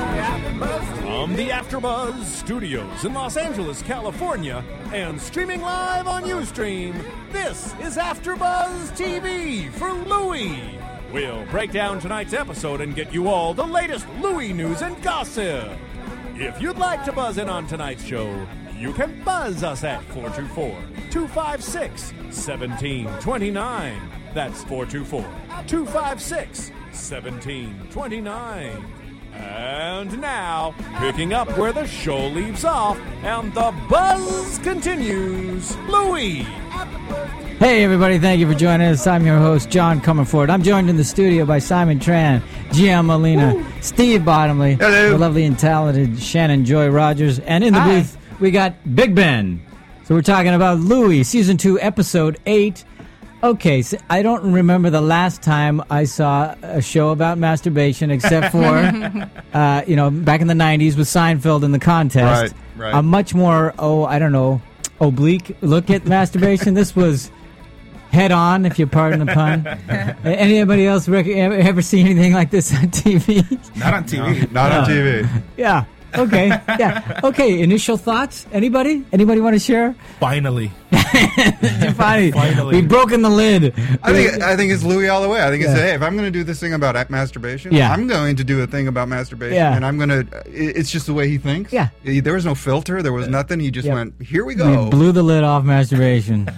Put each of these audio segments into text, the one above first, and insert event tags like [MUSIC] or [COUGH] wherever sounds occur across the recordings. From the AfterBuzz Studios in Los Angeles, California, and streaming live on UStream, this is AfterBuzz TV for Louie. We'll break down tonight's episode and get you all the latest Louie news and gossip. If you'd like to buzz in on tonight's show, you can buzz us at 424 256 1729. That's 424 256 1729. And now, picking up where the show leaves off and the buzz continues, Louie. Hey, everybody, thank you for joining us. I'm your host, John Comerford. I'm joined in the studio by Simon Tran, Gian Molina, Steve Bottomley, Hello. the lovely and talented Shannon Joy Rogers, and in the Hi. booth, we got Big Ben. So we're talking about Louie, Season 2, Episode 8. Okay, so I don't remember the last time I saw a show about masturbation except for, uh, you know, back in the 90s with Seinfeld in the contest. Right, right. A much more, oh, I don't know, oblique look at masturbation. this was head on, if you pardon the pun. Anybody else rec- ever ever see anything like this on TV? Not on TV. Not on TV. [LAUGHS] yeah. Okay. Yeah. Okay. Initial thoughts? Anybody? Anybody want to share? Finally. Finally, Finally. we've broken the lid. I think I think it's Louis all the way. I think it's Yeah. hey, if I'm going to do this thing about masturbation, Yeah. I'm going to do a thing about masturbation, Yeah. and I'm going to. It's just the way he thinks. Yeah. He- There was no filter. There was nothing. He just yeah. went. Here we We go. blew the lid off [LAUGHS] masturbation.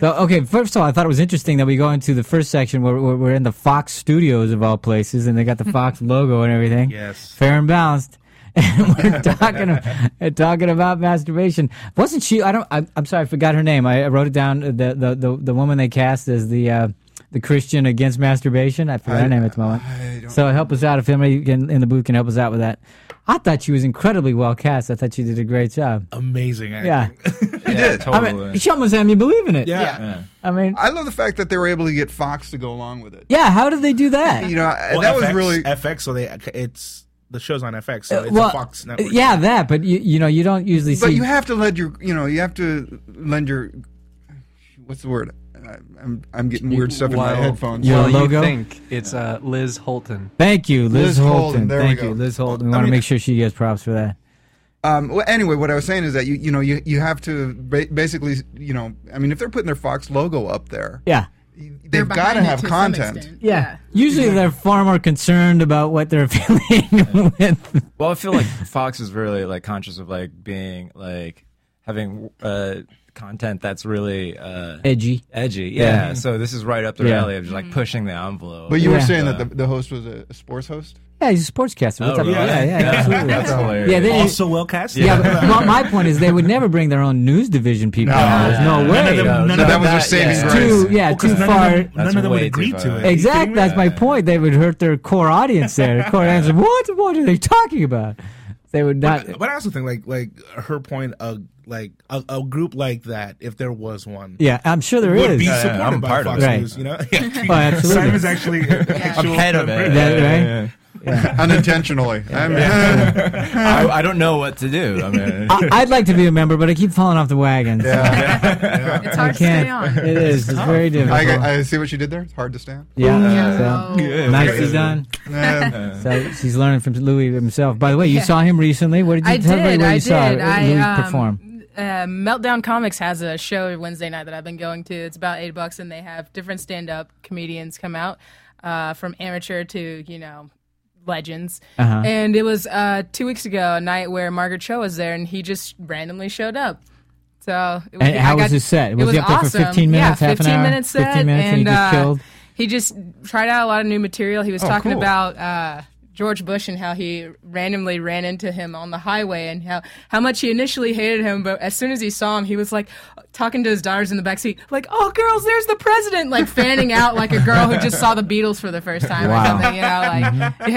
so, okay, first of all, I thought it was interesting that we go into the first section where where we're in the Fox studios of all places, and they got the [LAUGHS] Fox logo and everything. Yes. fair and balanced. [LAUGHS] And we're talking uh, talking about masturbation. Wasn't she? I don't. I, I'm sorry, I forgot her name. I, I wrote it down. uh, The, the the the woman they cast as the uh, the Christian against masturbation. I forgot her I- name at the moment. I don't- So help us out if anybody can, in the booth can help us out with that. I thought she was incredibly well cast. I thought she did a great job. Amazing. Acting. Oh, Yeah. She did. I mean, she almost had me believe in it. yeah. I mean, I love the fact that they were able to get Fox to go along with it. yeah. How did they do that? You know, I- Well, that FX, was really. FX. So they it's the show's on FX. So Uh, it's a Fox network. yeah, that. But you, you know, you don't usually But see. you have to lend your, you know, you have to lend your, what's the word? I- I'm, I'm getting weird stuff in my While- headphones. Your while Oh. you logo? think it's uh, Liz Holton. Thank you, Liz, Liz Holden. Holton. There we Thank go. you, Liz Holton. We I want to mean- make sure she gets props for that. Um, well, anyway, what I was saying is that you, you know, you, you have to ba- basically, you know, I mean, if they're putting their Fox logo up there, Yeah. they've got to have content. Yeah. Usually they're far more concerned about what they're [LAUGHS] affiliating with. Well, I feel like [LAUGHS] Fox is really like conscious of like being like having uh, content that's really uh, Edgy. edgy. Yeah. So this is right up their Yeah. alley of just Mm-hmm. like pushing the envelope. But you were Yeah. saying that the, the host was a, a sports host. Yeah, he's a sportscaster. What's Oh, up? really? Yeah, yeah, Yeah. absolutely. That's hilarious. Yeah, they, Also well cast. yeah. but my- my point is they would never bring their own news division people. No. on. There's no way. None of them. None that of them. was their saving that- yeah. grace. Too, yeah, Well, 'cause too none far. Of them, none That's of them would way agree too to far. it. Are you kidding Exact. me? That's my point. They would hurt their core audience there. Core audience. What? What are they talking about? They would not. But I also think like like her point of like a, a group like that, if there was one, Yeah, I'm sure there is. would be yeah, supported I'm by part of Fox it. News. You know, [LAUGHS] Oh, absolutely. Simon's actually actual head of it. Is that right? unintentionally. I mean, [LAUGHS] I, I don't know what to do. [LAUGHS] I mean, I, I'd like to be a member, but I keep falling off the wagon. so It's I hard to stay can't. on. It is. It's very difficult. I, I see what you did there. It's hard to stand. yeah. so. [LAUGHS] Oh. Nicely done. Eh, So she's learning from Louis himself. By the way, you Yeah. saw him recently. What did you I tell everybody did. what I you did. saw I Louis um, perform? Uh, Meltdown Comics has a show every Wednesday night that I've been going to. It's about eight bucks, and they have different stand-up comedians come out, uh, from amateur to you know legends. Uh-huh. And it was uh, two weeks ago, a night where Margaret Cho was there, and he just randomly showed up. So it And how I was his set? Was he up there for 15 minutes, yeah, half an 15 hour, minutes 15 set, minutes, and he just uh, killed? he just tried out a lot of new material. He was Oh, talking cool. about uh, George Bush and how he randomly ran into him on the highway and how, how much he initially hated him, but as soon as he saw him, he was like talking to his daughters in the backseat, like, "Oh, girls, there's the president!" Like fanning out like a girl who just saw the Beatles for the first time Wow. Mm-hmm. or something. You know, like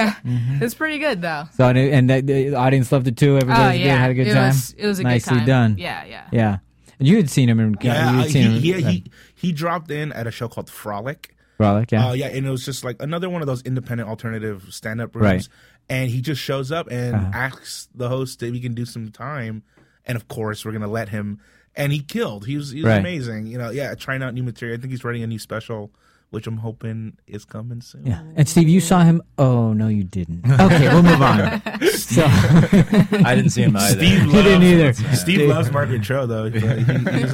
yeah, it's pretty good though. So and, it- and the, the audience loved it too. Everybody oh yeah, had a good it time. was it was a Nicely good time. done. Yeah, yeah. Yeah. And you had seen him in Yeah, you uh, had seen he, yeah, him. he he dropped in at a show called Frolic. Frolic, yeah. Uh, yeah, and it was just like another one of those independent alternative stand up rooms. Right. Uh-huh. And he just shows up and asks the host if he can do some time. And of course, we're going to let him. And he killed. He was, he was Right. amazing. You know, yeah, trying out new material. I think he's writing a new special, which I'm hoping is coming soon. Yeah. And Steve, you saw him. Oh no, you didn't. [LAUGHS] Okay, we'll move on. So [LAUGHS] I didn't see him either. Steve you didn't either. [LAUGHS] Steve loves Margaret Cho, though. He, he was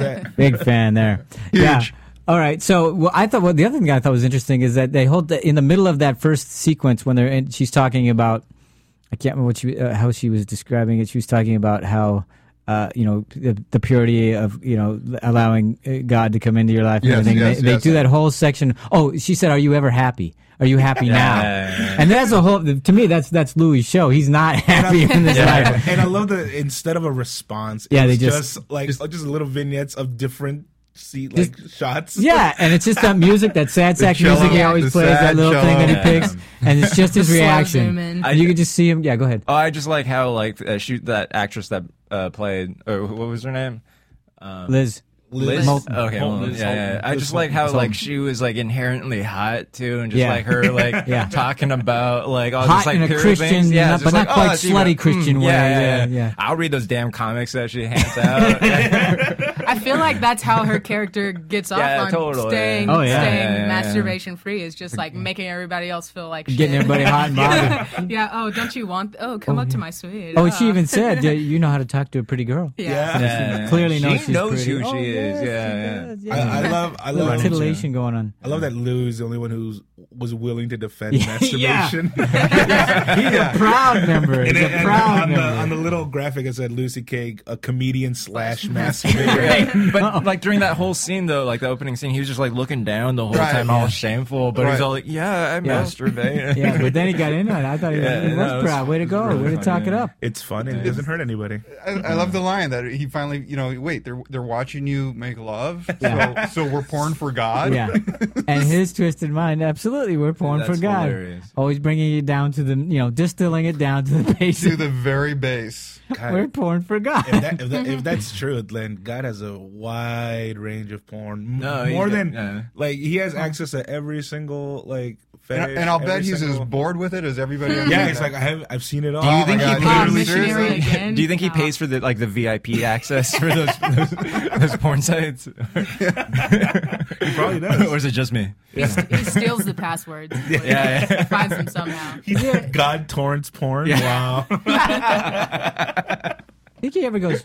[LAUGHS] at- Big fan [LAUGHS] there. Yeah. All right. So well, I thought well, the other thing I thought was interesting is that they hold the, in the middle of that first sequence when they're in, she's talking about I can't remember what she uh, how she was describing it. She was talking about how. Uh, you know the, the purity of you know allowing uh, God to come into your life and Yes, everything. yes, they, yes. they do that whole section. Oh, she said, "Are you ever happy? Are you happy now?" [LAUGHS] And that's a whole. To me, that's that's Louis' show. He's not happy in [LAUGHS] this life. and I love that instead of a response, Yeah, yeah, they they just- just, like just, just little vignettes of different see like shots. [LAUGHS] Yeah, and it's just that music, that sad sack cello, music he the always plays, that sad little thing that he cello. picks, and it's just his The slow reaction. zoom in. And you could just see him. Yeah, go ahead. Oh, I just like how like uh, she that actress that uh, played or what was her name? Liz. Liz. Moulton. Okay, Moulton. Moulton. Liz Yeah, yeah, yeah. Moulton. I Liz just like how Moulton. like she was like inherently hot too, and just Yeah. like her [LAUGHS] like Yeah. talking about like all Hot just, like, in a pure Christian, things. not- just oh, but not quite that's even- slutty Christian way. hmm, Yeah, Yeah, yeah, yeah. I'll read those damn comics that she hands [LAUGHS] out. yeah, I feel like that's how her character gets off Yeah, on totally. staying, Oh, yeah. staying Yeah, yeah, yeah. masturbation free is just like making everybody else feel like shit. Getting [LAUGHS] everybody hot and bothered. yeah. Oh, don't you want? Oh, come up to my suite. Oh, and she Ah. even said, [LAUGHS] yeah, "You know how to talk to a pretty girl." yeah, Yeah. yeah. Clearly she knows she's who pretty. she Oh, is. yes, yeah, she yeah. does, I, I love I Little love titillation going on. I love that Lou is the only one who was willing [LAUGHS] to defend masturbation. He's a proud member. He's And, a and proud on, the, on member. the little graphic, it said Lucy Cake, a [LAUGHS] comedian slash masturbator. But like during that whole scene though, like the opening scene, he was just like looking down the whole Right, time, yeah. all shameful. But he's Right. all like, "Yeah, I Yeah. [LAUGHS] masturbate." Yeah, but then he got into it. I thought he was, Yeah, he was no, it's proud. Way to go. Oh, really Way to funny, talk it yeah. up. it's fun and it doesn't hurt anybody. I, I love the line that he finally, you know, wait, they're they're watching you make love, Yeah. so so we're porn for God. Yeah, [LAUGHS] and his twisted mind. Absolutely, we're porn for That's God. hilarious. Always bringing it down to the, you know, distilling it down to the [LAUGHS] to basic. the very base. God, We're porn for God. if, that, if, that, if that's true, then God has a wide range of porn. M- No, he's more got- than yeah. like he has access to every single like And, I- fetish. and I'll every bet he's single- as bored with it as everybody. else. Yeah, it's like I have I've seen it all. you Oh my think he God, bought literally, missionary seriously. Missionary [LAUGHS] again. Do you think he No. pays for the like the VIP access for those [LAUGHS] those, those porn sites? He [LAUGHS] probably does. or is it just me? He, st- he steals the passwords. yeah, [LAUGHS] yeah. Finds [LAUGHS] them somehow. He's God torrents porn. [LAUGHS] Wow. I think [LAUGHS] he ever goes.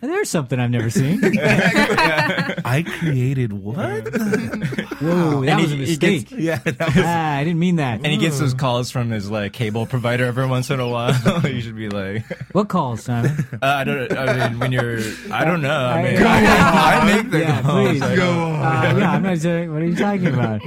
There's something I've never [LAUGHS] seen. I created what? Whoa, that And was a he- he mistake. gets- yeah. That was, ah, I didn't mean that. And he gets those calls from his like cable provider every once in a while. [LAUGHS] you should be like, What calls, Simon? uh, I don't. I mean, when you're, I don't [LAUGHS] know. I mean, Go I, Oh, [LAUGHS] I on. make the yeah, calls. please. I Go don't- on. Uh, yeah, I'm [LAUGHS] not sure. What are you talking about?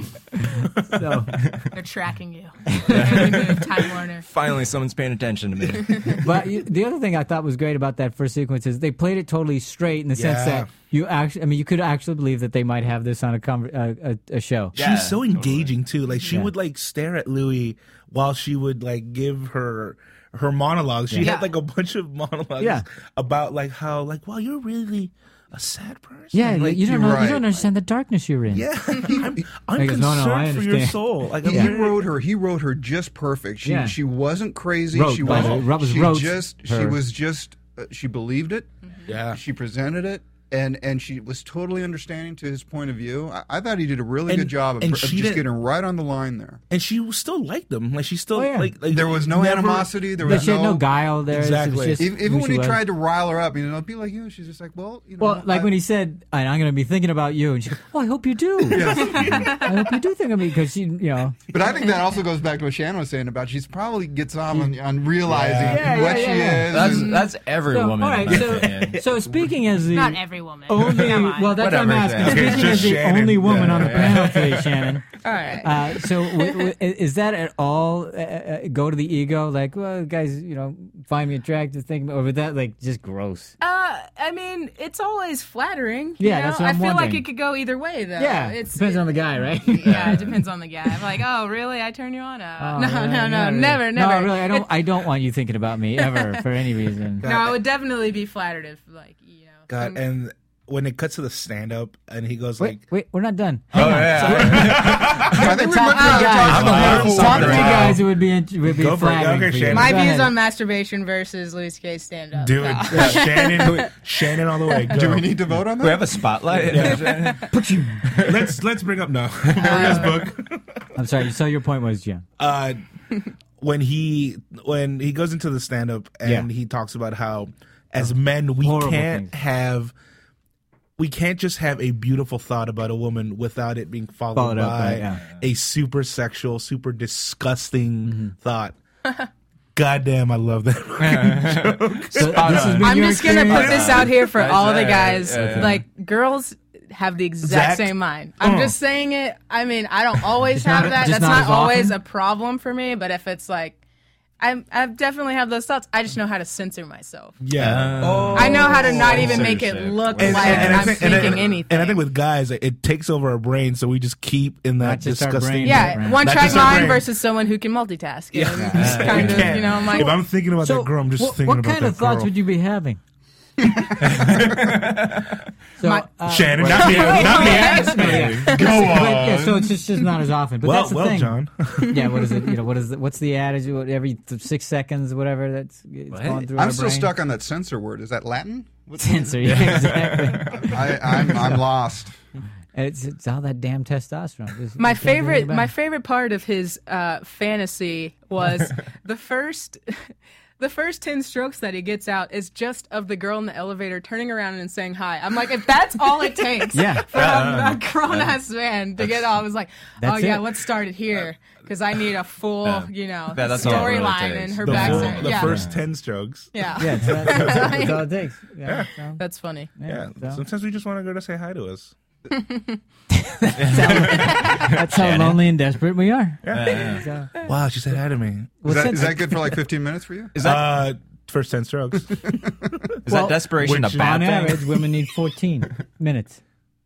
So, They're tracking you. [LAUGHS] Time Warner. Finally, someone's paying attention to [LAUGHS] me. but you, the other thing I thought was great about that first sequence is they played it totally straight in the sense Yeah. that you actually, I mean, you could actually believe that they might have this on a conver- uh, a, a show. She Yeah, was so engaging too. Like she would like stare at Louis while she would like give her her monologues. She Yeah. had like a bunch of monologues Yeah. about like how like wow you're really a sad person. Yeah, like, you don't know. You right. don't understand the darkness you're in. [LAUGHS] yeah. I'm, I'm He goes, concerned "No, no, I for your understand." soul. Like I'm He very- wrote her. He wrote her just perfect. She Yeah. she wasn't crazy. Wrote, she by was. the way. Rob was she wrote just. She her. Mm-hmm. was just. Uh, she believed it. yeah. She presented it, and and she was totally understanding to his point of view. I, I thought he did a really And- good job of, and of she just didn't- getting right on the line there. And she was still liked him. Like she still Oh, yeah. like, like There was no never- animosity. There But was she had no guile there. It's- it's Exactly. just Even, even who when she he was. tried to rile her up, you know, be like you, she's just like, well, you know, Well, like I- when he said, and I'm going to be thinking about you. And she goes, Oh, I hope you [LAUGHS] do. I hope you do think of me because she, you know. But I think [LAUGHS] that also goes back to what Shannon was saying about she's probably gets off on, on realizing Yeah, yeah, what yeah, she yeah. is. That's and- that's every So, all woman. in right. my So, opinion. so speaking as the Not every woman. only, Come on. Oh, well, that's what I'm Whatever, asking. Shannon. Speaking It's as just the Shannon. only woman on the Yeah. panel today, Shannon. All right. Uh, so, w- w- is that at all uh, uh, go to the ego? Like, well, guys, you know, find me attractive, think over that, like, just gross. Uh, I mean, it's always flattering. you Yeah, know? that's what I I'm feel like wondering. it could go either way, though. yeah, it's depends on the guy, right? [LAUGHS] yeah, it depends on the guy. I'm like, oh, really? I turn you on? Uh, [LAUGHS] Oh, no, yeah, no, no, really. never, never. No, really, I [LAUGHS] don't. I don't want you thinking about me ever for any reason. No, I would definitely be flattered if, like, you know. God, some- and when it cuts to the stand up and he goes Wait, like, wait, we're not done. Oh yeah. I think Top we're three guys. I'm a Top wonderful three wonder. guys who would be in, would be Go for it, flagging okay, for you. Shannon. My Go views ahead. on masturbation versus Louis C.K. stand up. dude, [LAUGHS] Shannon, Shannon all the way. Go. Do we need to vote on that? we have a spotlight. [LAUGHS] let's let's bring [LAUGHS] up no America's book. I'm sorry. So your point was, [LAUGHS] Jim. uh, when he when he goes into the stand up and Yeah. Oh, he talks about how as men we Horrible can't things. have we can't just have a beautiful thought about a woman without it being followed, Followed by, up by- yeah. a super sexual, super disgusting Mm-hmm. thought. [LAUGHS] Goddamn, I love [LAUGHS] that. So this has on. been Uh, I'm your just gonna put experience? this out here for all the yeah, guys. yeah, yeah. Like girls have the exact Exact- same mind. I'm Uh. just saying it. I mean, I don't Oh. always Just not- have that. just That's not not, as always often? a problem for me. But if it's like, I'm I definitely have those thoughts. I just know how to censor myself. yeah. Uh, I Oh, know how to not even make it censorship. look And- like and- and I Oh I'm think- and I- thinking anything. And I think with guys, it, it takes over our brain, so we just keep in that Not just our disgusting. brain, yeah, Right. one Not track just our mind brain. versus someone who can multitask. Yeah, just Yeah. kind You of, can't. you know, I'm if like, I'm thinking about that girl, I'm just wh- what, thinking about kind that of thoughts girl. would you be having? [LAUGHS] so, My- uh, Shannon, [LAUGHS] not me, not me. yeah. Go But, yeah, on. so it's just, just not as often. But Well, that's the well, thing. John. [LAUGHS] yeah, what is it? You know, what is it? What's the adage? What, every th- six seconds, whatever. That's it's What? going through. I'm our still brain. [LAUGHS] stuck on that censor word. Is that Latin? What's- Tensor, yeah, [LAUGHS] exactly. I, I'm, I'm lost. and it's, it's all that damn testosterone. Just- My you can't do anything favorite, about my it. favorite part of his uh, fantasy was the first, [LAUGHS] the first ten strokes that he gets out is just of the girl in the elevator turning around and saying hi. I'm like, if that's all it takes, Yeah. for a, a grown ass man to get off, I was like, oh That's yeah, it. let's start it here because I need a full, you know, Yeah, that's all it really storyline takes. and her The, back. full- story. the yeah. first ten strokes. yeah, Yeah, it's, that, that's, that's all it takes. [LAUGHS] Yeah. so, that's funny. Yeah. yeah, so. Sometimes we just want a girl to say hi to us. That's how lonely and desperate we are. [LAUGHS] So- Wow, she said hi to me. Is Well, that, since- is that good for like 15 minutes for you? Is that, uh, first ten [LAUGHS] strokes. is that desperation a which- bad on thing? average, women need 14 minutes.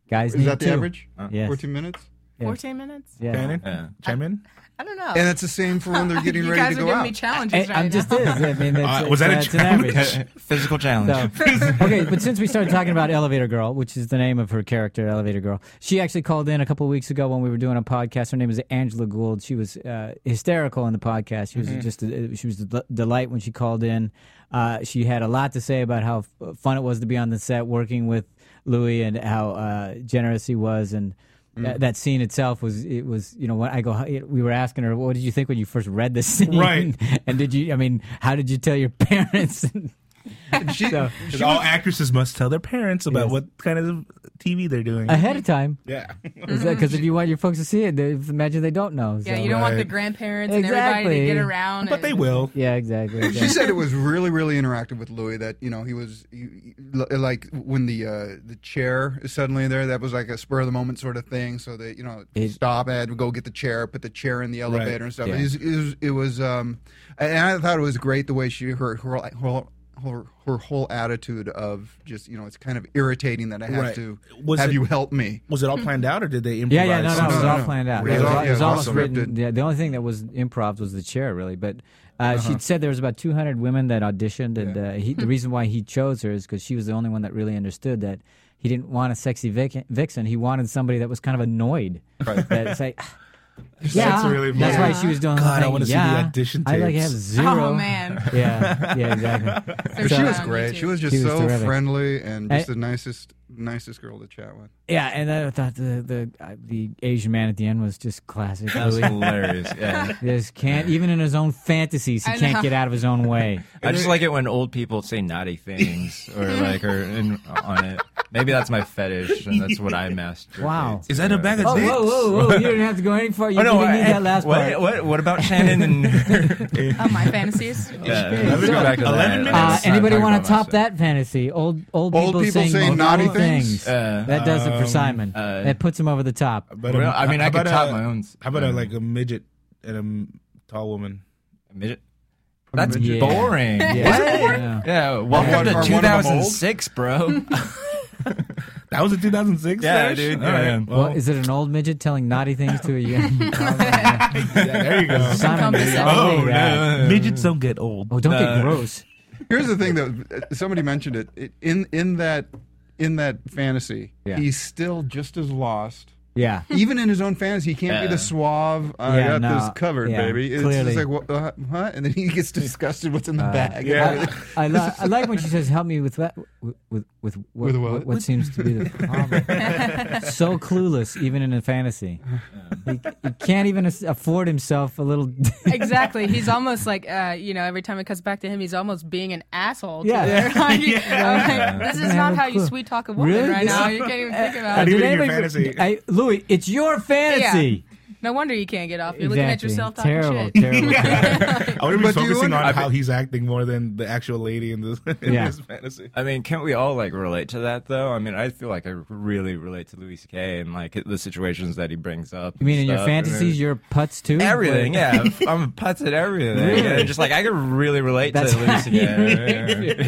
Guys Is need that the two. average? Oh, Yes. 14 minutes? Yeah. Fourteen minutes? Yeah. Shannon, Yeah. chime in. I don't know. And that's the same for [LAUGHS] when they're getting you ready guys to are go giving out. me challenges I, right I'm now. just is. I [LAUGHS] mean, it's, Uh, was that a it's, uh, it's an [LAUGHS] average. Physical challenge. So, okay, but since we started talking about Elevator Girl, which is the name of her character, Elevator Girl, she actually called in a couple of weeks ago when we were doing a podcast. Her name is Angela Gould. She was uh, hysterical in the podcast. She was Mm-hmm. just a, she was a del- delight when she called in. Uh, she had a lot to say about how f- fun it was to be on the set working with Louis and how uh, generous he was and. Mm. That, that scene itself was it was you know when I go we were asking her what did you think when you first read the scene Right. [LAUGHS] and did you I mean how did you tell your [LAUGHS] parents She, So- Because all actresses must tell their parents about Yes. Uh, what kind of TV they're doing. ahead of time [LAUGHS] yeah. Because if you want your folks to see it, they imagine they don't know. yeah, so- you don't want the Right. grandparents and everybody to Exactly. get around. But and- they will. Yeah, [LAUGHS] exactly. she exactly. said it was really, really interactive with Louis. That you know he was he, he- like when the uh, the chair is suddenly there. That was like a spur of the moment sort of thing. So that you know It- stop Ed, go get the chair, put the chair in the elevator and stuff. Yeah. It, was, it was it was um, and I thought it was great the way she her her whole. Her, her whole attitude of just you know it's kind of irritating that I have Right. to Was have it- you help me. Was it all planned out or did they yeah, improvise? yeah, no, no, it was No, all no. planned out. It was It was, all- all- it was yeah, almost awesome. written. Yeah, the only thing that was improv was the chair, really. But uh, she said there was about 200 women that auditioned, and uh, he, the reason why he chose her is because she was the only one that really understood that he didn't want a sexy vic- vixen. He wanted somebody that was kind of annoyed. Right. That's like, yeah, that's, really why funny. she was doing. the God, I thing, wanna see the yeah, audition I like tapes. have zero. Oh man. Yeah, yeah, [LAUGHS] exactly. But She So- was great. She was just She was so terrific. friendly and just I- the nicest nicest girl to chat with. Yeah, and then I thought the the uh, the Asian man at the end was just classic. That was Louis. hilarious. Yeah. just can't even in his own fantasies he I know. can't get out of his own [LAUGHS] way. I just like it when old people say naughty [LAUGHS] things or like are in, on it. Maybe that's my fetish and that's what I master. Wow. Is that a bag of Oh, dicks? whoa, whoa, whoa! You didn't have to go any further. You Oh, no, didn't need I- that last [LAUGHS] what, part. What, what about Shannon [LAUGHS] and [LAUGHS] her? Oh, my fantasies. Yeah, let's go back to that. 11 minutes? Uh, Let's not anybody talk want about to top myself. that fantasy? Old old, Old people saying, saying old naughty things? Uh, that does it for Simon. uh, that puts him over the top. But Well, I mean, I could uh, top my own. How about a, like a midget and a m- tall woman? midget? That's midget. boring. Yeah. Yeah, welcome one- or one to of them old? 2006, [LAUGHS] bro. That was in 2006. [LAUGHS] Yeah, Ash? dude, All right. yeah. Well, Well, is it an old midget telling naughty things to a young? [LAUGHS] yeah, there you go. Simon, Encompassing. you're Oh, all over that. Midgets don't get old. Oh, don't No. get gross. Here's the thing, though. Somebody mentioned it. it in in that in that fantasy, Yeah. he's still just as lost. Yeah. Even in his own fantasy, he can't be Yeah. the suave. I Yeah, got no, this covered, yeah, baby. It's clearly. Uh, just like, what, uh, huh? And then he gets disgusted. What's in the bag? yeah. I, I, li- I like when she says, "Help me with that, with with with what, With what? what, seems to be the problem." [LAUGHS] so clueless, even in a fantasy, he, he can't even as- afford himself a little. [LAUGHS] exactly. He's almost like, uh, you know, every time it cuts back to him, he's almost being an asshole. to [LAUGHS] Yeah. her. [LAUGHS] Like, I'm like, this Yeah. is not Yeah. how you sweet talk a woman Really? right This- now. You can't [LAUGHS] even think Uh, about do it. you did mean your anybody- fantasy? I, Louis, it's your fantasy. No wonder you can't get off. You're looking at Exactly. yourself talking Terrible, shit. terrible. [LAUGHS] I would be But do you focusing wonder- on how he's acting more than the actual lady in this, [LAUGHS] in Yeah. this fantasy. I mean, can't we all like relate to that though? I mean, I feel like I really relate to Louis C.K. and like the situations that he brings up. You mean in your stuff, and fantasies, then- your putts too? everything? Like- Yeah, I'm a putz at everything. Really? And just like I could really relate That's to Louis how [LAUGHS] C.K. you relate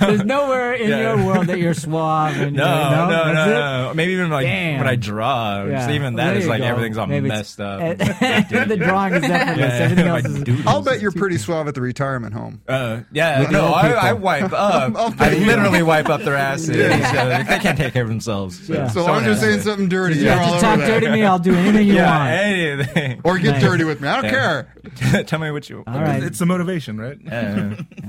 There's nowhere in Yeah. your world that you're suave. And, [LAUGHS] No, no, no, no, that's it? no. Maybe even like Damn. when I draw, just Yeah. even Well, that there is you like go. everything's all Maybe it's- messed [LAUGHS] up. the drawing [LAUGHS] is effortless. Everything else is. I'll bet you're pretty suave at the retirement home. Uh, yeah, With the no, old I, people. [LAUGHS] I wipe up. I'll I bet you. literally wipe up their asses. so they can't take care of themselves. So, Yeah. So long someone as you're has saying to. something dirty, Yeah, you're all just over talk that. dirty to me. I'll do anything you Yeah, want. anything. Or get Nice. dirty with me. I don't Yeah. care. [LAUGHS] Tell me what you. All right. It's the motivation, right? Uh, [LAUGHS]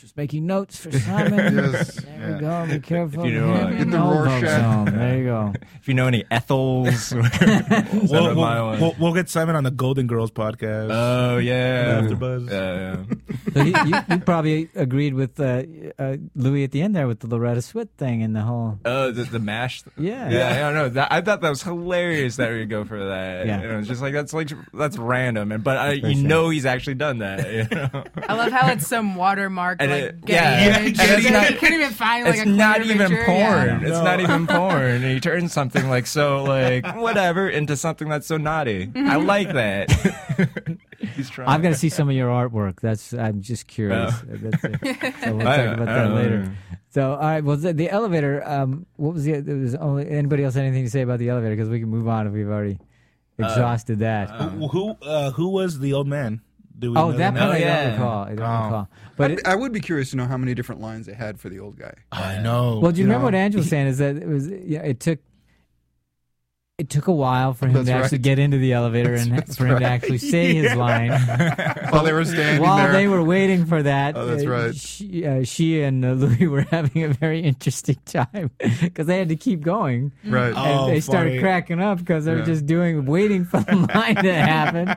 Just making notes for [LAUGHS] Simon. Yes. There we go. Be careful. If you know, Him uh, and Get the old Rorschach. folks home. There you go. if you know any Ethels, [LAUGHS] oh, send We'll, them my we'll, way. we'll- we'll get Simon on the Golden Girls podcast. oh yeah, After Buzz. Yeah, yeah. So you, you, you probably agreed with uh, uh, Louis at the end there with the Loretta Swit thing and the whole. Oh, the, the mash. Yeah. yeah. I don't know. That, I thought that was hilarious that we would go for that. Yeah. Yeah. You know, it's just like that's like that's random, and but I, For you sure. know he's actually done that. You [LAUGHS] know? I love how it's some watermark, And like, it- gay yeah. image. And it's you not- couldn't even find, like, it's a not clear even picture. porn. Yeah. It's not even porn. And he turns something like so like whatever into something that's so naughty. I Mm-hmm. like that. He's trying. I've got to see some of your artwork. That's I'm just curious. Oh. That's it. So we'll [LAUGHS] I talk don't- about I that don't later. know. So all right. Well, the, the elevator. Um, what was the? There was only anybody else had anything to say about the elevator because we can move on if we've already Uh, exhausted that. [LAUGHS] Who who, uh, who was the old man? Do we oh, know that the part I name? don't yeah. recall. I don't Oh. recall. But it, I would be curious to know how many different lines they had for the old guy. I know. Well, do you, you remember what know? Angela was saying? Is that it was? Yeah, it took. It took a while for him That's to actually right. get into the elevator and for him to actually say his line. While they were standing While there. they were waiting for that, Oh, that's uh, right. She, uh, she and uh, [LAUGHS] Louis were having a very interesting time [LAUGHS] because they had to keep going. right. And Oh, they started funny. cracking up because they were Yeah. just doing, waiting for the [LAUGHS] line to happen.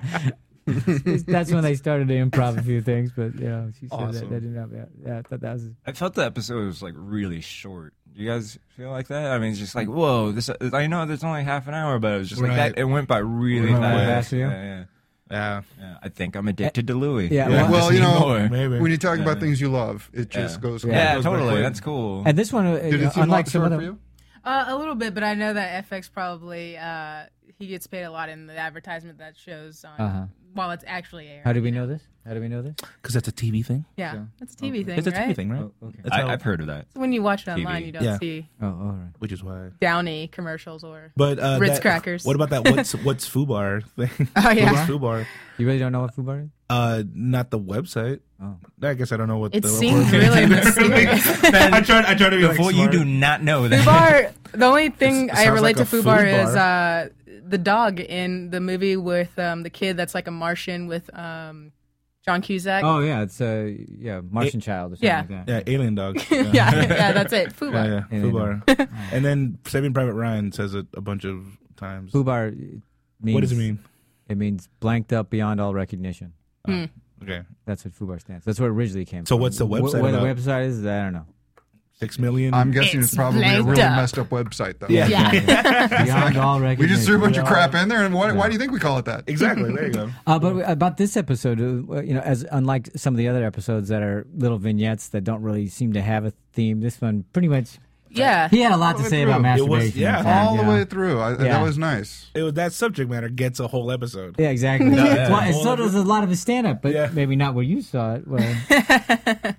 That's when they started to improv a few things, but you know, she said that, Awesome. that didn't happen. Yeah, I thought that was I felt the episode was like really short. Do you guys feel like that? I mean, it's just Mm. like whoa. This I know there's only half an hour, but it was just like Right. that. It went by really Went by fast. fast, yeah. yeah, yeah, yeah. I think I'm addicted to Louis. yeah, I [LAUGHS] well- just Well, you need know, more. maybe. When you talk about things you love, it just goes. yeah, goes by totally. quick. That's cool. And this one, uh, Did it seem unlike like some of short the, for you? Uh, a little bit, but I know that FX probably uh, he gets paid a lot in the advertisement that shows on Uh-huh. while it's actually airing. How do we know this? How do we know this? because that's a TV thing. yeah, that's a TV thing, It's a TV right? thing, right? okay. That's I, how- I've heard of that. When you watch it TV. online, you don't Yeah. see Oh, all right. which is why. Downy commercials or. But uh, Ritz that- crackers. What about that? What's what's Fubar thing? Oh, yeah. What's Fubar? You really don't know what food bar is? Uh, not the website. Oh. I guess I don't know what It the seems word- really mysterious. I tried. I tried to be like Before you smart. do not know [LAUGHS] that. [LAUGHS] Fubar. The only thing It I sounds relate like to a Fubar food is uh, the dog in the movie with um, the kid that's like a Martian with um, John Cusack. Oh yeah, it's a yeah Martian child or something yeah. like that. [LAUGHS] Yeah, alien dog. [LAUGHS] [LAUGHS] Yeah, yeah, that's it. Fubar. yeah, yeah. Alien Fubar. [LAUGHS] and then Saving Private Ryan says it a bunch of times. Food bar uh, means What does it mean? It means blanked up beyond all recognition. Okay, That's what food bar stands. That's where it originally came So from. what's the Wh- website Where about? the website is, I don't know. six million. I'm guessing it's, It's probably a blanked really up. messed up website, though. [LAUGHS] Yeah. Beyond all recognition. We just threw a bunch of crap in there, and why, why do you think we call it that? [LAUGHS] exactly. There [LAUGHS] you go. Uh, but about this episode, uh, you know, as unlike some of the other episodes that are little vignettes that don't really seem to have a theme, this one pretty much Yeah. he had a lot to It say about was- it was- masturbation. uh, yeah. in fact, All yeah. the way through. I, Yeah. That was nice. It was that subject matter gets a whole episode. Yeah, exactly. yeah. Well, and so does a lot of his stand-up, but Yeah. maybe not where you saw it. Well, [LAUGHS] I,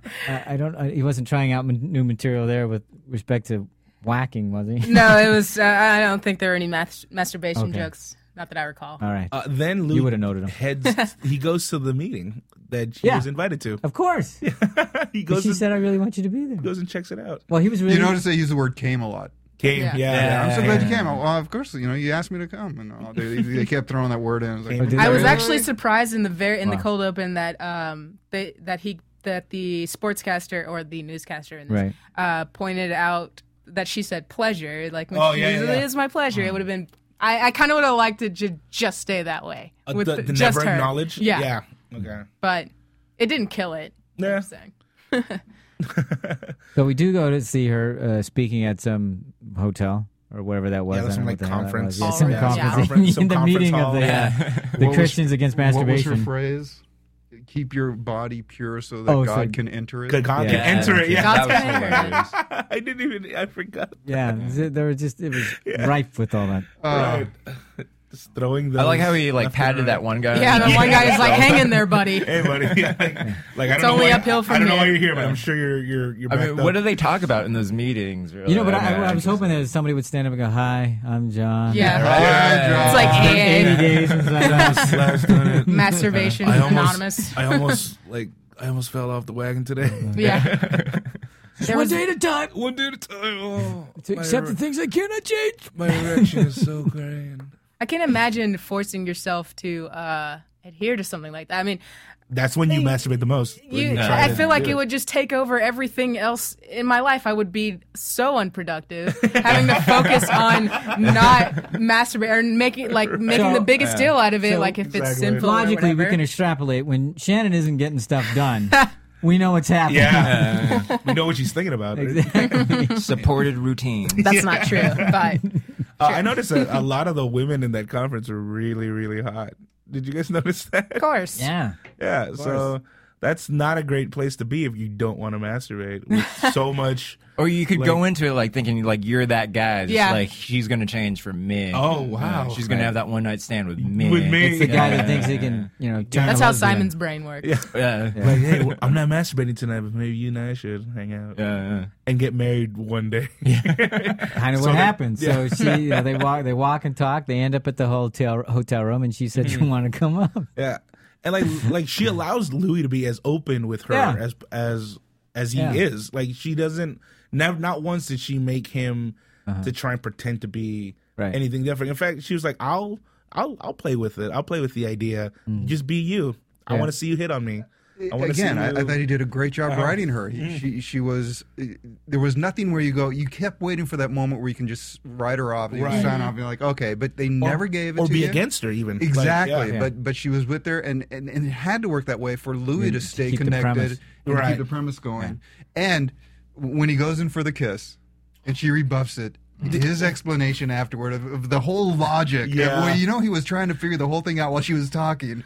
I don't. I, he wasn't trying out m- new material there with respect to whacking, was he? No, it was. Uh, I don't think there were any mas- masturbation Okay. jokes. Not that I recall. [LAUGHS] All right. Uh, then Lou would've noted him. [LAUGHS] Heads, he goes to the meeting that she Yeah. was invited to. of course. [LAUGHS] he goes She and, said, I really want you to be there. goes and checks it out. Well, he was really. You notice they use the word "came" a lot. Came, Yeah. yeah. Yeah. I'm so glad you came. Oh, well, of course, you know you asked me to come, and oh, they, they kept throwing that word in. I was like, Came. did I they was really? actually surprised in the very in the Wow. cold open that um they, that he that the sportscaster or the newscaster in this, Right. uh pointed out that she said pleasure like when Oh, she yeah, yeah, usually yeah. is my pleasure Uh-huh. it would have been I, I kind of would have liked to ju- just stay that way Uh, with the, the- the just never her. acknowledge. yeah, Yeah. Okay. but it didn't kill [LAUGHS] it Yeah. saying. So we do go to see her uh, speaking at some hotel or wherever that was. Yeah, I that's don't some, know like, what the hell that conference. was. Yeah, All some right. conference. Yeah. Conference- [LAUGHS] some in the conference meeting of hall. the, [LAUGHS] Yeah. uh, the was- Christians against what was her masturbation. [LAUGHS] phrase? Keep your body pure so that Oh, so- God can enter it. Good God, Yeah. can enter it. Yeah. God's That was gonna enter it. hilarious. [LAUGHS] I didn't even. I forgot. yeah, th- there was just it was rife with all that. Uh, [LAUGHS] Just throwing. Those I like how he like left and patted right. that one guy. yeah the one [LAUGHS] guy is like hanging. hang in there buddy Hey, buddy. [LAUGHS] Yeah, like, like, I It's don't only know why, uphill I from don't know why here. you're here, but I'm sure you're you're you're. I backed mean, up. what do they talk about in those meetings? Really? You know, but I, mean, I, was just- hoping that somebody would stand up and go, "Hi, I'm John." yeah right. it's like It's been AA, 80 days since I left. Last- last minute. [LAUGHS] masturbation I almost- anonymous I almost like I almost fell off the wagon today. [LAUGHS] yeah there was at a time. One day at a time. Oh, To my accept ere- the things I cannot change. My erection is so grand. I can't imagine forcing yourself to uh, adhere to something like that. I mean, That's when you masturbate the most. when you, you try I to feel like do it would just take over everything else in my life. I would be so unproductive, having to focus on not masturbating or making like making So- the biggest deal out of it. so- like if it's Exactly. sinful, [LAUGHS] or Logically, we whatever. can extrapolate when Shannon isn't getting stuff [LAUGHS] done. we know what's happening. Yeah, we know what she's thinking about. supported routine. That's not true, but Uh, I noticed that a lot of the women in that conference were really, really hot. Did you guys [LAUGHS] notice of that? course, yeah. Yeah. So that's not a great place to be if you don't want to masturbate with so much. Or you could go into it like thinking like you're that guy. Just Yeah. Like she's gonna change for me. Oh, wow. Yeah, she's gonna have that one night stand with me. With me. It's the guy Yeah. that thinks he can, you know, turn that's a how lesbian. Simon's brain works. [LAUGHS] Yeah. Yeah. Like, [LAUGHS] hey, I'm not masturbating tonight, but maybe you and I should hang out yeah. [LAUGHS] and get married [LAUGHS] one day. kind of what So they- happened. So she, you know, [LAUGHS] they walk, they walk and talk. They end up at the hotel hotel room, and she said, "You Mm-hmm. want to come [LAUGHS] up?" Yeah, and like like she allows Louis to be as open with her Yeah. as as as he Yeah. is. Like she doesn't never not once did she make him Uh-huh. to try and pretend to be Right. anything different. In fact, she was like, "I'll I'll I'll play with it. I'll play with the idea. Just be you. I Yeah. want to see you hit on me. I want to see you." Mm. Uh-huh. Mm. again, I, I thought he did a great job writing her. He, she she was eh, there was nothing where you go. You kept waiting for that moment where you can just write her off, you Right. sign off, and you're like, okay. But they never gave it or to be you. against her even Like, yeah. Exactly, Yeah. but but she was with there, and, and and it had to work that way for Louis to stay keep the premise. connected and to Right. keep the premise going. And when he goes in for the kiss, and she rebuffs it, his explanation afterward of, of the whole logic. Yeah. well, you know, he was trying to figure the whole thing out while she [LAUGHS] was talking,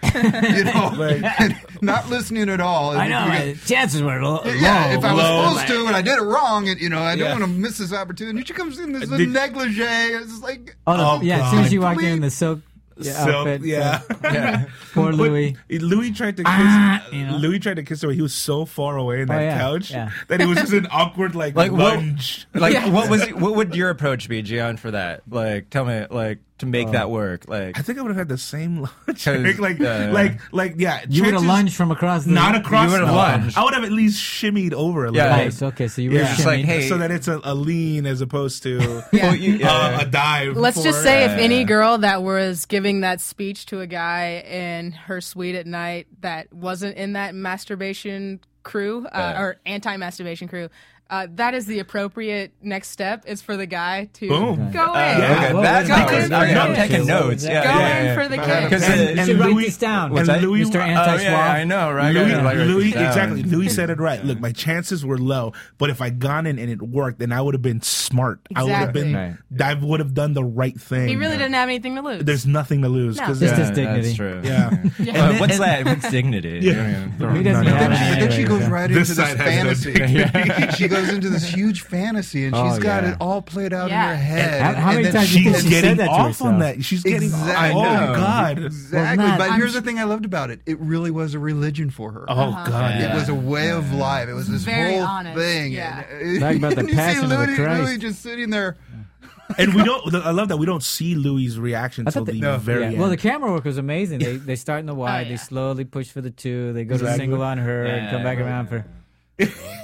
you know, and [LAUGHS] not listening at all. I know. Because- uh, chances were low. yeah, if I was low, supposed to and I did it wrong, and you know, I don't Yeah. want to miss this opportunity. She comes in this Did- negligee. It's just like, oh, the- Oh, yeah. As soon as God. she walked in, Please. the silk yeah, Silk, outfit. yeah. [LAUGHS] uh, poor But Louis. Louis tried to kiss. Ah, you know? Louis tried to kiss her. He was so far away in that yeah, couch yeah. that it was just an awkward like, Like, what- lunge. Like what was what would your approach be, Gian, for that? Like tell me like to make that work. Like Uh, I think I would have had the same Cause, logic. like, uh, like, like, yeah. You would have chances- lunged from across the Not across. You would've the- lunged. I would have at least shimmied over a little. Yeah. Oh, bit. so- okay, so you were Yeah. Just like, shimmying. hey. So that it's a, a lean as opposed to [LAUGHS] well, you- uh, yeah. a dive. Let's for- just say if any Yeah. girl that was giving that speech to a guy in her suite at night that wasn't in that masturbation crew uh, or anti-masturbation crew, uh, that is the appropriate next step is for the guy to Boom. go in. Yeah. Okay, Whoa, that's wait a how it minute. is. Go Okay, in. I'm taking Okay, what notes. was that? Yeah, Go yeah, Uh, yeah, in yeah. for the Yeah. kiss. Because And- uh, You and should write Louis- this down, What's that? Louis- Mr. oh, Anti Swab. yeah, I know, right? Louis, I gotta write this Louis- down. exactly. Louis said it right. Look, my chances were low, but if I'd gone in and it worked, then I would have been smart. I would have been. Exactly. I would have done the right thing. He really didn't have anything to lose. There's nothing to lose. No. 'cause, Just uh, his dignity. That's true. [LAUGHS] [LAUGHS] yeah. But what's that? What's dignity? Yeah. [LAUGHS] He doesn't No, no, have [LAUGHS] But then no. that she anyway, goes so- right This into this side has no fantasy. [LAUGHS] [LAUGHS] she goes into this huge fantasy, and Oh, she's got yeah. it all played out Yeah. in her head. How- how and many then times she you think gets- She's she said getting that to off on herself. that. She's getting Exactly. Oh I know. God. Exactly, Matt, but I'm here's the thing I loved about it: it really was a religion for her. Oh Uh-huh. God. It was a way of life. It was this Very whole honest, thing. yeah. And, [LAUGHS] Talking about the and you see passion of the Louis, Christ. Louis just sitting there. and we don't. I love that we don't see Louis' reaction thought until they- the No. very end. Well, the camera work was amazing. They they start in the wide, yeah. they slowly push for the two, they go to Exactly. single on her, and come back around for.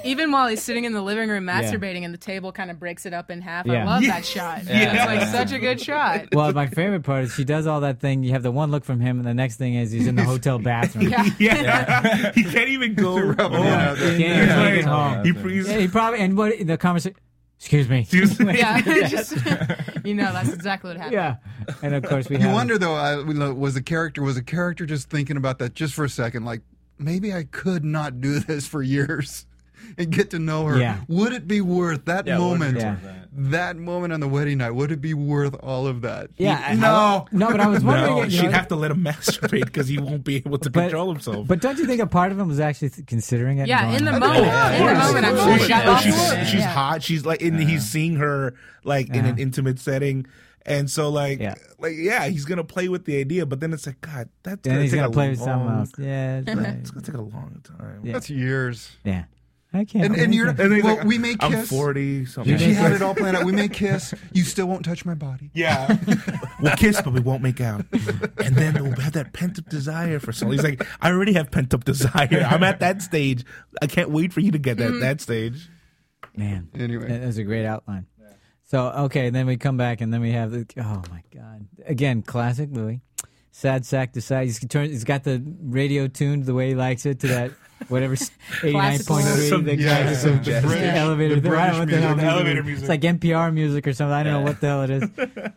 Even while he's sitting in the living room Yeah. masturbating, and the table kind of breaks it up in half. Yeah. I love that shot. It's like such a good shot. [LAUGHS] Well, my favorite part is she does all that thing. You have the one look from him, and the next thing is he's in the hotel bathroom. Yeah. [LAUGHS] [LAUGHS] yeah, he can't even [LAUGHS] go. rubbing it home. out there. He can't He's even like- get home. He freezes. Yeah, he probably and what the conversation. Excuse me. Excuse me. Yeah, [LAUGHS] just, you know that's exactly what [LAUGHS] happened. Yeah, and of course we. You have wonder though, I, we lo- was the character was a character just thinking about that just for a second, like maybe I could not do [LAUGHS] this for years and get to know her. Yeah. Would it be worth that Yeah, would it moment? be worth Yeah. That moment on the wedding night, would it be worth all of that? Yeah, and no. I- no, but I was wondering. No, you she'd know, have to let him [LAUGHS] masturbate because he won't be able to But- control himself. But don't you think a part of him was actually th- considering it? and Yeah, going, in the "Oh, moment, of in the course. moment, I'm Oh, sure she- she got oh, lost. she's, in it. she's Yeah. hot. She's like, and he's seeing her like in an intimate setting, and so like, Yeah. like yeah, he's gonna play with the idea, but then it's like, God, that's Then gonna he's take gonna a play long, with someone else. Yeah, it's right. It's gonna take a long time. Yeah. That's years. yeah. I can't. And, and believe you're it. And then he's well, like, we may kiss. I'm 40 something. She had it all planned out. We may kiss. You still won't touch my body. Yeah. we'll kiss, but we won't make out. And then we'll have that pent up desire for something. He's like, I already have pent up desire. I'm at that stage. I can't wait for you to get that that stage. man. Anyway. that was a great outline. So okay, then we come back and then we have the oh my god again classic Louis, sad sack to sack. He's turned. He's got the radio tuned the way he likes it to that whatever [LAUGHS] eighty nine point Some- three. yeah, some the jazz. British, elevator. the thing. I don't know what the British hell music. Elevator is. music. It's like NPR music or something. I don't know what the hell it is.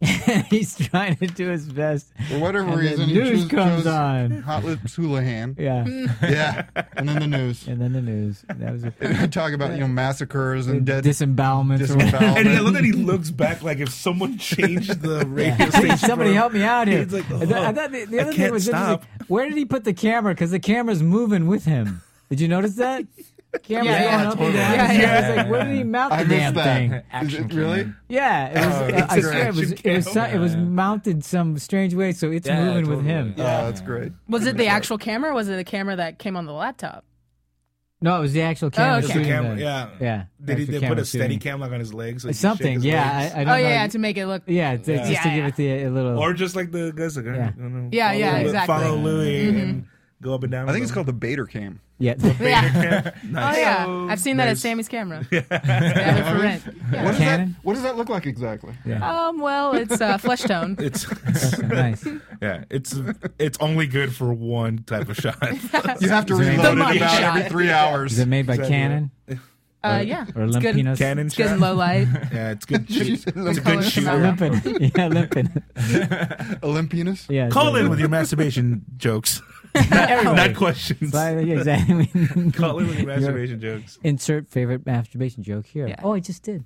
[LAUGHS] he's trying to do his best. For whatever And then reason, he news chose- comes chose on. Hot Lips Houlihan. [LAUGHS] Yeah, yeah, and then the news. and then the news. That was a, We [LAUGHS] talk about you know massacres and dead disembowelments. or whatever. disembowelment. And I love that he looks back like if someone changed the radio [LAUGHS] Hey, [LAUGHS] station. somebody for- help me out here. He's like, oh. I, thought- I thought the, the I other thing can't was interesting, stop. where did he put the camera? Because the camera's moving with him. Did you notice that? Camera's Yeah, yeah, going up totally. and down. Yeah, Yeah, yeah. It's like, where did he mount I the damn missed thing? that. Is Action it really? Yeah, it was, Oh, uh, I it's a swear it was, action it, was, so- cam. it was mounted some strange way, so it's Yeah, moving with totally. him. Oh, that's great. Was it the actual camera? or Was it the camera that came on the laptop? No, it was the Oh, actual camera. okay. shooting Camera, the- yeah. yeah. Did he actual they put camera a steady shooting. cam like on his legs? like he shake Something, his yeah. legs? I, I Oh don't know. yeah, yeah, to make it look. yeah, to- just to Yeah, give it the a little. or just like the guys like, all right, Yeah. I don't know, Yeah, follow yeah, Lou- exactly. Mm-hmm. Follow Louis and go up and down. I think with it's him. called the Bader cam. yeah. Yeah. Nice. Oh yeah, I've seen that at Nice. [LAUGHS] Sammy's camera. yeah, they're for rent. Yeah. What, does that, Cannon? what does that look like exactly? Um, well, it's uh, flesh tone. [LAUGHS] It's [LAUGHS] nice. yeah, it's it's only good for one type of [LAUGHS] shot. You have to reload The it money about shot. every three hours. Is it made by Exactly. Canon Uh, yeah, or it's good. Olympinos? [LAUGHS] Cannon It's good shot. in low light. Yeah, it's [LAUGHS] good. shoot- The it's a good colours come out. shooter. [LAUGHS] Olympin. yeah, Olympin. Olympianus? Yeah. Call yeah. in with your masturbation [LAUGHS] [LAUGHS] jokes, not, not questions. By- yeah, exactly. [LAUGHS] Call in with your masturbation jokes. Insert favorite masturbation joke here. Yeah. Oh, I just did.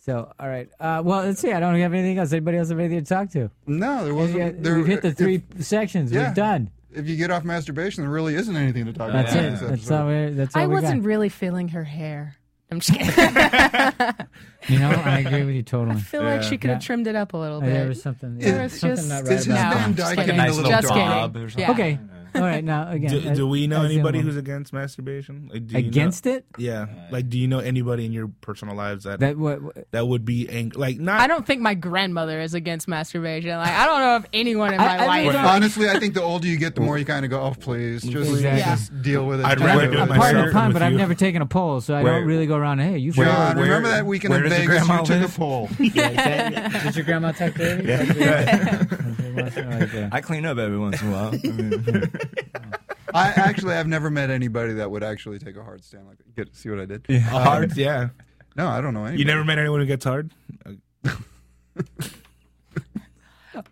So, all right. Uh, well, let's see. I don't have anything else. Anybody else have anything to talk to? No, there wasn't. Yeah, there, we've hit the if- three sections. yeah. We're done. If, you get off masturbation, there really isn't anything to talk That's about. it. in this That's episode. all. we that's all I we wasn't got. really feeling her hair. I'm just kidding. [LAUGHS] You know, I agree with you totally. I feel like she could have Yeah. trimmed it up a little There bit. was something. There Yeah, was something just- not right It's No, just about them I'm dying just in kidding. a little Just kidding. dog. or something. Yeah. Okay. All right. Now again. Do, do we know that's the anybody other who's one. against masturbation? Like, do you know- against it? yeah, like do you know anybody in your personal lives that that, That what? what- would be ang- like not? I don't think my grandmother is against masturbation. Like I don't know if anyone in I- my I really life. don't- Honestly, I think the older you get, the more you kind of go, oh, please, just, Exactly. just deal with it. I'd Just rather deal do it with myself. Pardon the Sharing pun, with but I've you. never taken a poll, so I Where- don't really go around. Hey, you. Where- John, [LAUGHS] where- remember that weekend where in does the Vegas? You grandma took a live? poll. Did your grandma talk to you? I clean up every once in a while. I mean, I actually, I've never met anybody that would actually take a hard stand like that. Get, see what I did? A hard, [LAUGHS] yeah. No, I don't know anybody. You never met anyone who gets hard.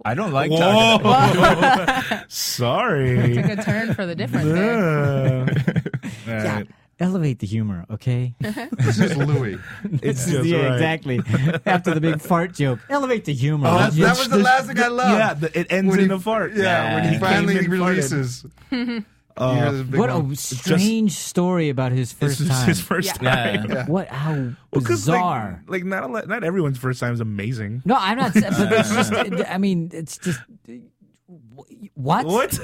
I don't like Whoa. talking. about- Sorry. Took a turn for the difference. [LAUGHS] there. Uh, Yeah. alright. Elevate the humor, [LAUGHS] okay? This is Louis. It's yeah, just right. exactly. After the big fart joke, elevate the humor. Oh, that, Just- that was the last thing I loved. Yeah, the, it ends When in he- a fart. Yeah, when he came finally in farted. releases. You hear this big what one. a strange story about his This first is time. his first time. [LAUGHS] Yeah. what? How 'Cause, like- bizarre. Like, not a lot, not everyone's first time is amazing. no, I'm not. But it's just. I mean, it's just. What? What?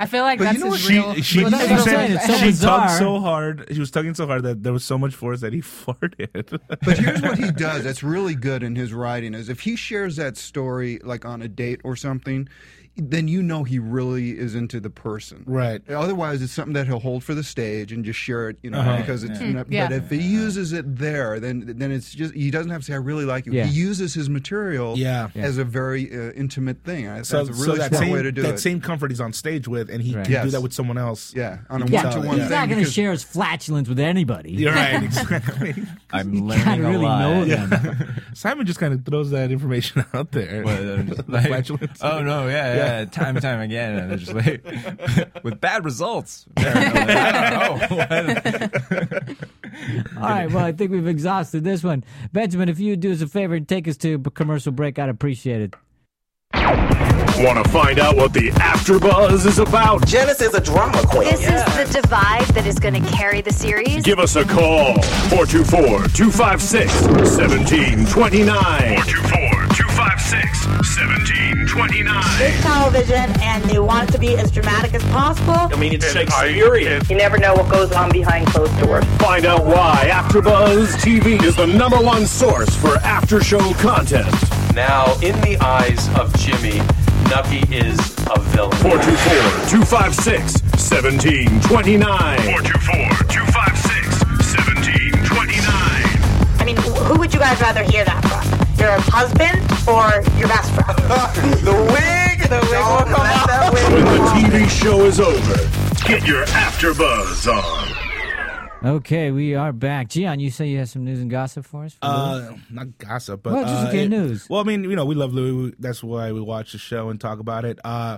I feel like But that's you know his She real. she, Well, that's she what I'm saying, said it's so she tugged bizarre. so hard. She was tugging so hard that there was so much force that he [LAUGHS] farted. But here's what he does that's really good in his writing is if he shares that story like on a date or something, then you know he really is into the person. Right. Otherwise it's something that he'll hold for the stage and just share it, you Uh-huh. know, because it's not, yeah. but if he uses it there, then then it's just he doesn't have to say I really like you. Yeah. He uses his material Yeah. as a very uh, intimate thing. I, so, that's a so really that smart same way to do that it. same comfort he's on stage with, and he Right. can do Yes. that with someone else. yeah, on a Yeah. one to He's one thing. Yeah. not going to because- share his flatulence with anybody. You're [LAUGHS] right, exactly. I'm You learning gotta a really lot. know them. Simon just kind of throws that information [LAUGHS] out there. uh, But I'm uh, [LAUGHS] just The [LAUGHS] like, flatulence. oh no, yeah, yeah, time and time again, and they're just like [LAUGHS] with bad results. apparently. I don't know. [LAUGHS] All right. Well, I think we've exhausted this one. Benjamin, if you do us a favor and take us to a commercial break, I'd appreciate it. Want to find out what the AfterBuzz is about? Janice is a drama queen. This is the divide that is going to carry the series. Give us a call 424-256-1729. 424-256-1729. television and they want it to be as dramatic as possible. I mean, it's Shakespearean. You never know what goes on behind closed doors. Find out why AfterBuzz TV is the number one source for after-show content. Now, in the eyes of Jimmy, Nucky is a villain. 424-256-1729. 424-256-1729. I mean, wh- who would you guys rather hear that from? Your husband or your best friend? the wig! The wig will come out. That wig When the TV show is over, get your AfterBuzz on. Okay, we are back. Gian, you say you have some news and gossip for us? For Lou? Uh, not gossip, but Well, just uh, okay it- news. Well, I mean, you know, we love Louis. We- That's why we watch the show and talk about it. Uh,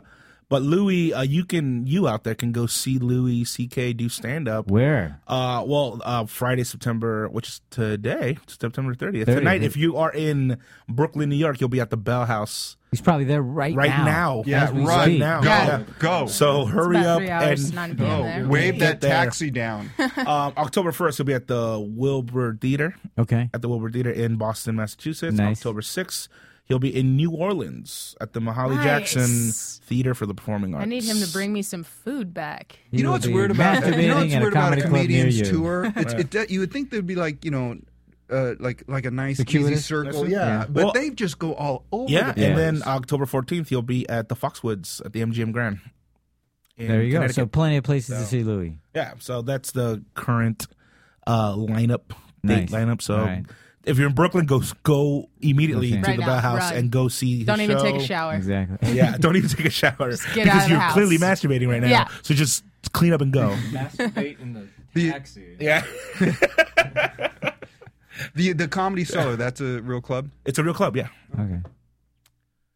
but Louis, uh, you can you out there can go see Louis C.K. do stand up. Where? Uh, well, uh, Friday, September, which is today, September 30th. 30th. Tonight, if you are in Brooklyn, New York, you'll be at the Bell House He's probably there right, right now. now. Yeah, As we right speak. now. Go, Yeah. go. So hurry about up three hours, and 9 p.m. go. there. Wave that Get there. taxi down. [LAUGHS] um, October 1st, you'll be at the Wilbur Theater. Okay. at the Wilbur Theater in Boston, Massachusetts. Nice. October 6th, he'll be in New Orleans at the Mahaly Nice. Jackson Theater for the Performing Arts. I need him to bring me some food back. He You know will what's be weird about you masturbating know what's at a weird about comedy a club near comedians you. tour? [LAUGHS] It's, it, do- you would think there'd be like you know, uh, like like a nice easy Circuitous? circle, That's it. yeah. Yeah. But Well- they just go all over. Yeah, the and place. then October 14th, he'll be at the Foxwoods at the MGM Grand. in There you go. So Connecticut. plenty of places to So- see Louis. yeah, so that's the current uh, lineup, date Nice. lineup. So. All right. If you're in Brooklyn, go go immediately Okay. to Right the now, Bell House run. and go see. his Don't even show. take a shower. Exactly. Yeah, [LAUGHS] don't even take a shower get because out of the you're house. clearly masturbating right now. Yeah. So just clean up and [LAUGHS] go. [LAUGHS] Masturbate in the taxi. yeah, the the comedy cellar. That's a real club. it's a real club. Yeah. Okay.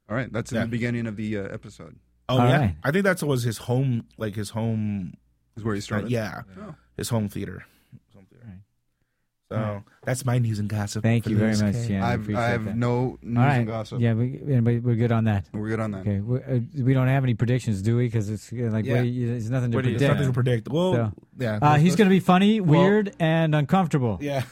All right, that's in the beginning of the uh, episode. Oh All yeah, right. I think that was his home, like his home. Is where he uh, started. Oh. yeah, his home theater. His home theater. So that's my news and gossip. Thank for you very this much, case. Gian. We I've appreciate I have that. no news All right. and gossip. Yeah, we, anyway, we're good on that. We're good on that. Okay. We're, uh, we don't have any predictions, do we? Because it's uh, like Yeah. what do you- there's nothing to What do you- predict. There's nothing to predict. Well, So- yeah, Uh, he's going to be funny, Well- weird, and uncomfortable. Yeah,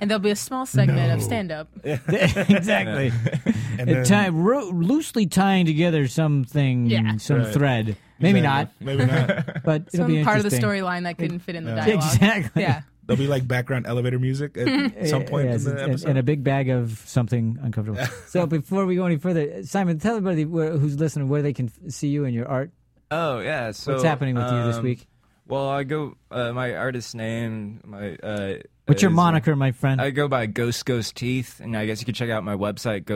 And there'll be a small segment of stand up. [LAUGHS] exactly. [LAUGHS] and And tie, ro- loosely tying together something, Yeah. some Right. thread. Maybe not, Maybe not. [LAUGHS] but it'll be Some part of the interesting. [LAUGHS] storyline that couldn't fit in the Yeah. dialogue. Exactly. Yeah. There'll be like background elevator [LAUGHS] music at some point Yes, in the and, episode. and a big bag of something uncomfortable. so before we go any further, Simon, tell everybody where, who's listening where they can f- see you and your art. [LAUGHS] Oh yeah. So What's happening with you this um, week? Well, I go. Uh, my artist name. My. Uh, What's your is, uh, moniker, my friend? I go by Ghost Ghost Teeth, and I guess you can check out my website,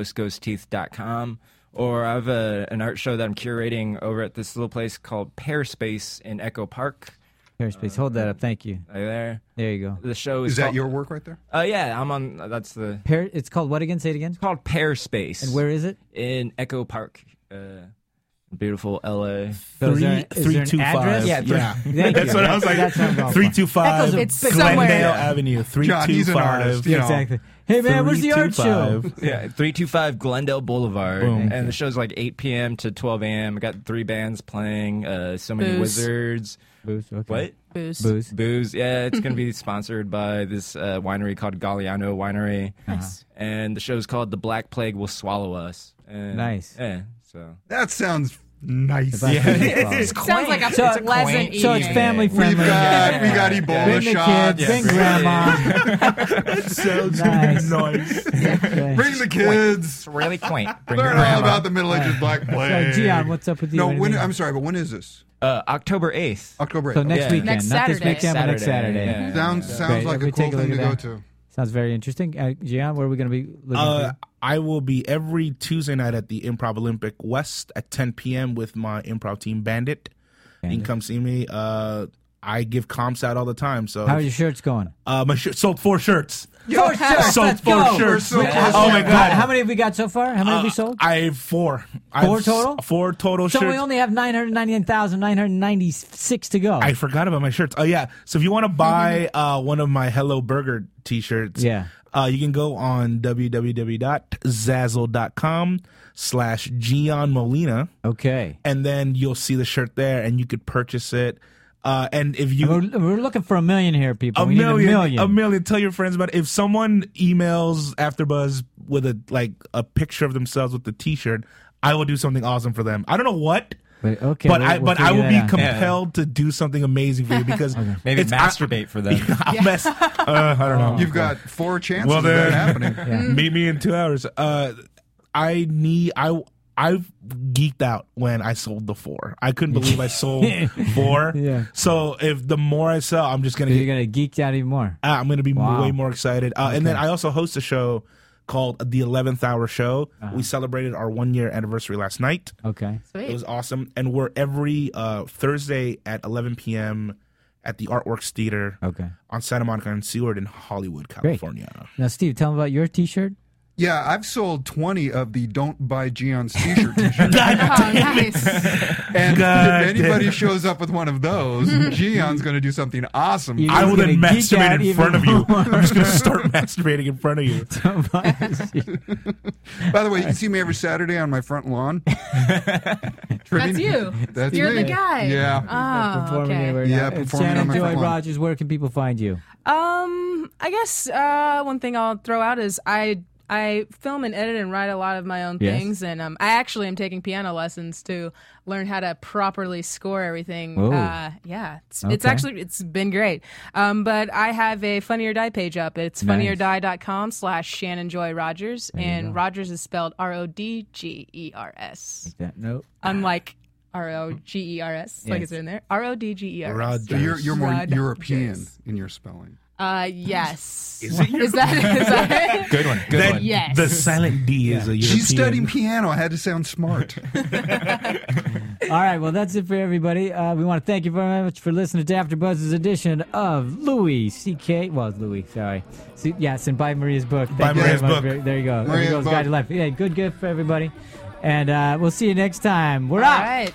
ghostghostteeth.com. Or I have a, an art show that I'm curating over at this little place called Pear Space in Echo Park. Airspace. Hold that up. Thank you. Are you there? There you go. The show is. Is that called- your work right there? Uh, yeah, I'm on. That's the. Pear, it's called what again? Say it again. It's called Pear Space. And where is it? In Echo Park, uh, beautiful So LA. is Three- there- is three, there an two, five. address? Yeah, three- Yeah. Thank [LAUGHS] that's you. what I was That's- like. that's what I'm going for. Three two five. Echoes, it's Glendale somewhere. Avenue. Three John, he's two an artist, five. you know. Exactly. Hey man, where's the Three, art two, show? five. [LAUGHS] Yeah, 325 Glendale Boulevard. Boom. And the show's like 8 p.m. to 12 a.m. I got three bands playing, uh, so many Booze. wizards. Booze. Okay. What? Boost. Booze. Booze. Yeah, it's going to be sponsored by this uh, winery called Galliano Winery. Nice. And the show's called The Black Plague Will Swallow Us. And, Nice. Yeah, so. That sounds Nice. If I could be Yeah. a [LAUGHS] It's father. Sounds like a so, pleasant So it's evening. family [LAUGHS] We've friendly. got- we got E Ebola Bring the shots. kids, Yeah, bring bring it [LAUGHS] grandma. That [LAUGHS] sounds Nice. nice. Bring the kids. really quaint. Bring Learn all your grandma. about the Middle Ages Black Plague. Gian, what's up with you? No, What do you when, mean? I'm sorry, but when is this? Uh, October 8th. October 8th. So next weekend, Oh, Next not this Saturday. weekend, but next Saturday. yeah. Sounds- sounds Great. like a Everybody cool take look thing at to go that. to. Sounds very interesting. Uh, Gian, where are we going to be looking? Uh, for I will be every Tuesday night at the Improv Olympic West at 10 p.m. with my improv team Bandit. You can come see me. Uh, I give comps out all the time. So you? How are your shirts going? Uh, my shirt sold four shirts. Four shirts. Sold let's four go. shirts. We're so close. oh my god! How many have we got so far? How many have we Uh, sold? I have four. Four I've total? s- Four total So shirts. we only have 999,996 to go. I forgot about my shirts. Oh yeah. So if you want to buy uh, one of my Hello Burger t-shirts, Yeah. uh, you can go on www.zazzle.com slash Gian Molina, okay. and then you'll see the shirt there, and you could purchase it. Uh, and if And you We're, we're looking for a million here, people. a we million, need a million. a million. Tell your friends about it. If someone emails AfterBuzz with a like a picture of themselves with the T-shirt, I will do something awesome for them. I don't know what, Wait, okay, but we'll- I we'll but I figure will that be out. compelled to do something amazing for [LAUGHS] you because Maybe it's- I- masturbate for them. [LAUGHS] I'll mess. Uh, I don't know. You've [LAUGHS] got four chances Well, of that then- [LAUGHS] happening. Meet me in two hours. Uh, I need. I I geeked out when I sold the four. I couldn't believe I sold [LAUGHS] four. Yeah. So if the more I sell, I'm just gonna You're get going to geek out even more. Uh, I'm going to be Wow. way more excited. Uh, And then I also host a show called The 11th Hour Show. Uh-huh. We celebrated our one year anniversary last night. Okay. It was awesome. And we're every uh, Thursday at 11 p.m. at the Artworks Theater Okay. on Santa Monica and Seward in Hollywood, California. Now, Steve, tell them about your t [LAUGHS] shirt. Yeah, I've sold 20 of the Don't Buy Gion's t [LAUGHS] shirt t shirts. [LAUGHS] Oh, nice. And God if anybody damn. shows up with one [LAUGHS] of those, Gion's going to do something awesome. You- I will You're then gonna geek out masturbate in even front of you. more. I'm just going to start [LAUGHS] masturbating in front of you. By the way, you can see me every Saturday on my front [LAUGHS] lawn. That's you. That's You're me. the guy. Yeah. Oh, performing okay. everywhere now. Yeah, It's performing San on my Antonio front lawn. Rogers, where can people find you? Um, I guess uh, one thing I'll throw out is I I film and edit and write a lot of my own Yes. things, and um, I actually am taking piano lessons to learn how to properly score everything. Ooh. Uh, yeah, it's, it's Okay. actually it's been great. Um, but I have a Funny or Die page up. It's Nice. funnyordie.com slash Shannon Joy Rogers, and Rogers is spelled R O D G E R [LAUGHS] S, Yeah, nope. unlike R O G E R S, like it's in there. R O D G E R S. So you're, you're more Rod European James. in your spelling. Uh, yes. Is, it that is [LAUGHS] that Good one. Good That- one. Yes. The silent D is a European. She's studying piano. I had to sound [LAUGHS] smart. All right, well, that's it for everybody. Uh, we want to thank you very much for listening to AfterBuzz's edition of Louis C.K. Well, it's Louis, sorry. C- yes, and buy Maria's book. Thank Buy you very Maria's much. book. Very- There you go. Maria's Maria's goes book. Guide to Life. Yeah, good gift for everybody. And uh, we'll see you next time. We're out. All right.